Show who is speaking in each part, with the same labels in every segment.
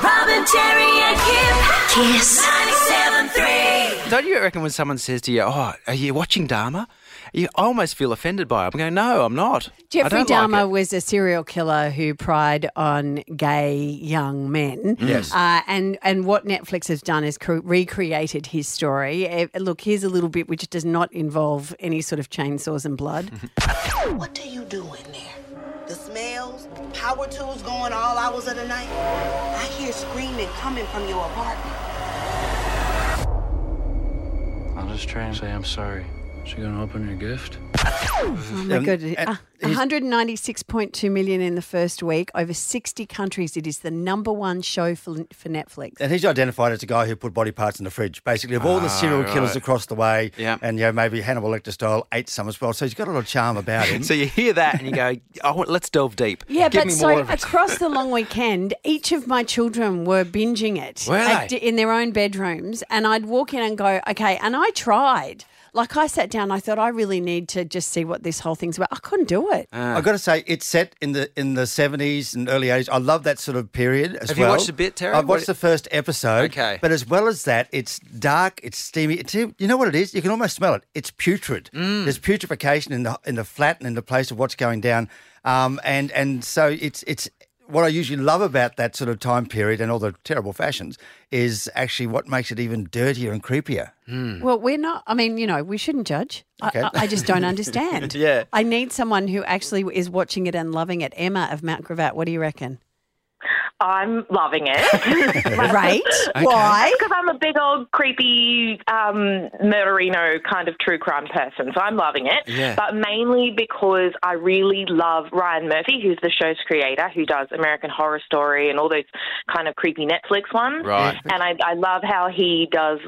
Speaker 1: and Jerry and Kim. Kiss. 97.3.
Speaker 2: Don't you reckon when someone says to you, "Oh, are you watching Dharma?" You almost feel offended by it. I'm going, "No, I'm not." I
Speaker 3: Jeffrey
Speaker 2: don't like
Speaker 3: Dahmer
Speaker 2: it."
Speaker 3: was a serial killer who pried on gay young men.
Speaker 2: Mm. Yes.
Speaker 3: Uh, and, and what Netflix has done is cre- recreated his story. Eh, look, here's a little bit which does not involve any sort of chainsaws and blood.
Speaker 4: What do you do in there? The smells, power tools going all hours of the night. I hear screaming coming from your apartment.
Speaker 5: I'll just try and say I'm sorry. She gonna open your gift?
Speaker 3: Oh my god! Uh, 196.2 million in the first week, over 60 countries. It is the number one show for, for Netflix.
Speaker 6: And he's identified as a guy who put body parts in the fridge, basically, of all the serial killers across the way.
Speaker 2: Yeah.
Speaker 6: And, you know, maybe Hannibal Lecter style ate some as well. So he's got a lot of charm about him.
Speaker 2: So you hear that and you go, "Oh, let's delve deep."
Speaker 3: Yeah,
Speaker 2: Give
Speaker 3: but
Speaker 2: me
Speaker 3: so
Speaker 2: more of it.
Speaker 3: across the long weekend, each of my children were binging it
Speaker 2: Were
Speaker 3: at-
Speaker 2: they?
Speaker 3: in their own bedrooms, and I'd walk in and go, okay. And I tried. Like I sat down, I thought I really need to just see what this whole thing's about. I couldn't do it.
Speaker 6: I've got to say, it's set in the in the seventies and early eighties. I love that sort of period as
Speaker 2: Have you
Speaker 6: well.
Speaker 2: watched a bit, Terry?
Speaker 6: I've watched
Speaker 2: What-
Speaker 6: the first episode.
Speaker 2: Okay.
Speaker 6: but as well as that, it's dark, it's steamy. It's, you know what it is? You can almost smell it. It's putrid.
Speaker 2: Mm.
Speaker 6: There's putrefaction in the in the flat and in the place of what's going down. Um, and and so it's it's. What I usually love about that sort of time period and all the terrible fashions is actually what makes it even dirtier and creepier.
Speaker 2: Mm.
Speaker 3: Well, we're not. I mean, you know, we shouldn't judge.
Speaker 6: Okay.
Speaker 3: I, I, I just don't understand.
Speaker 2: Yeah.
Speaker 3: I need someone who actually is watching it and loving it. Emma of Mount Gravatt, what do you reckon?
Speaker 7: I'm loving it.
Speaker 3: Right? Why?
Speaker 7: Because I'm a big old creepy um, murderino kind of true crime person, so I'm loving it.
Speaker 2: Yeah.
Speaker 7: But mainly because I really love Ryan Murphy, who's the show's creator, who does American Horror Story and all those kind of creepy Netflix ones.
Speaker 2: Right.
Speaker 7: And I, I love how he does,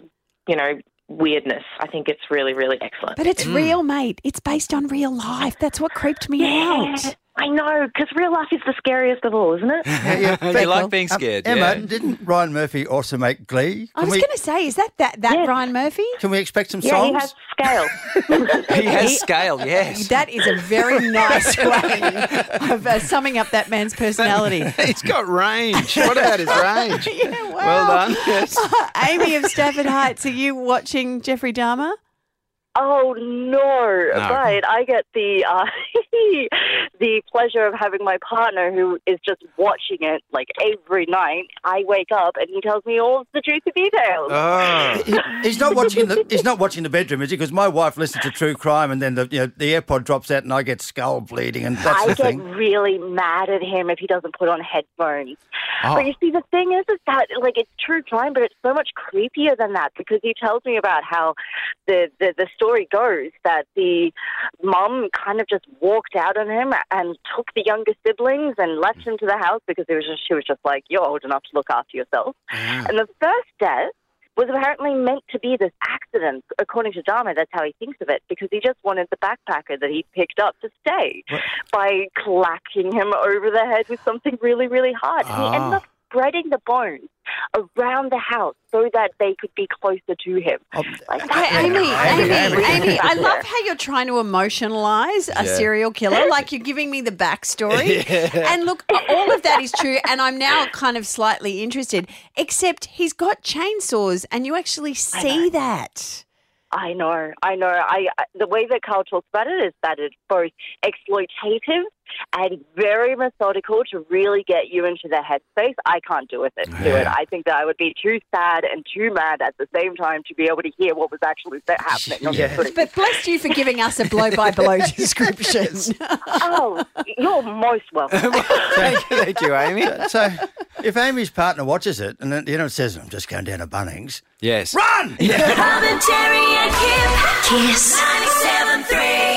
Speaker 7: you know, weirdness. I think it's really, really excellent.
Speaker 3: But
Speaker 2: Mm.
Speaker 3: it's real, mate. It's based on real life. That's what creeped me out.
Speaker 7: I know, because real life is the scariest of all, isn't it?
Speaker 6: Yeah,
Speaker 2: You
Speaker 6: but-
Speaker 2: like being
Speaker 6: Um,
Speaker 2: scared,
Speaker 6: Emma?
Speaker 2: yeah.
Speaker 6: Didn't Ryan Murphy also make Glee?
Speaker 3: I
Speaker 6: Can
Speaker 3: was
Speaker 6: we-
Speaker 3: going to say, is that that, that
Speaker 7: Yeah.
Speaker 3: Ryan Murphy?
Speaker 6: Can we expect some
Speaker 7: yeah,
Speaker 6: songs?
Speaker 7: he has scale.
Speaker 2: he has scale. Yes,
Speaker 3: That is a very nice way of uh, summing up that man's personality.
Speaker 2: he's got range. What about his range?
Speaker 3: Yeah, wow.
Speaker 2: Well done. Yes.
Speaker 3: Amy of Stafford Heights, are you watching Jeffrey Dahmer?
Speaker 8: Oh no, But I get the uh, the pleasure of having my partner who is just watching it like every night. I wake up and he tells me all the juicy details.
Speaker 6: Uh,
Speaker 2: Oh.
Speaker 6: He- he's not watching the he's not watching the bedroom, is he? Because my wife listens to true crime, and then the you know, the AirPod drops out, and I get skull bleeding, and that's
Speaker 8: I
Speaker 6: the
Speaker 8: get
Speaker 6: thing.
Speaker 8: really mad at him if he doesn't put on headphones. But you see, the thing is, is that like it's true crime, but it's so much creepier than that because he tells me about how the the, the story goes that the mum kind of just walked out on him and took the younger siblings and left him to the house because it was just she was just like you're old enough to look after yourself. And the first death was apparently meant to be this accident, according to Dharma. That's how he thinks of it, because he just wanted the backpacker that he picked up to stay by clacking him over the head with something really, really hard. And he ended
Speaker 2: Ah.
Speaker 8: up spreading the bones around the house so that they could be closer to him.
Speaker 3: Oh,
Speaker 8: Like,
Speaker 3: Hey,
Speaker 8: that's-
Speaker 3: Amy, Amy, Amy,
Speaker 8: Amy.
Speaker 3: I love how you're trying to emotionalise a serial killer. Like you're giving me the backstory. And look, all of that is true. And I'm now kind of slightly interested, except he's got chainsaws and you actually see that.
Speaker 8: I know, I know. I, I the way that Carl talks about it is that it's both exploitative and very methodical to really get you into the headspace. I can't do with it. Do it. I think that I would be too sad and too mad at the same time to be able to hear what was actually sa- happening. on the
Speaker 6: Yeah.
Speaker 8: screen.
Speaker 3: But bless you for giving us a blow by blow description.
Speaker 8: oh, you're most welcome.
Speaker 2: thank, you, thank you, Amy.
Speaker 6: So, if Amy's partner watches it, and then, you know, it says, "I'm just going down to Bunnings,"
Speaker 2: Yes.
Speaker 6: run.
Speaker 1: Robin, Jerry and Kim. Kiss. 97.3.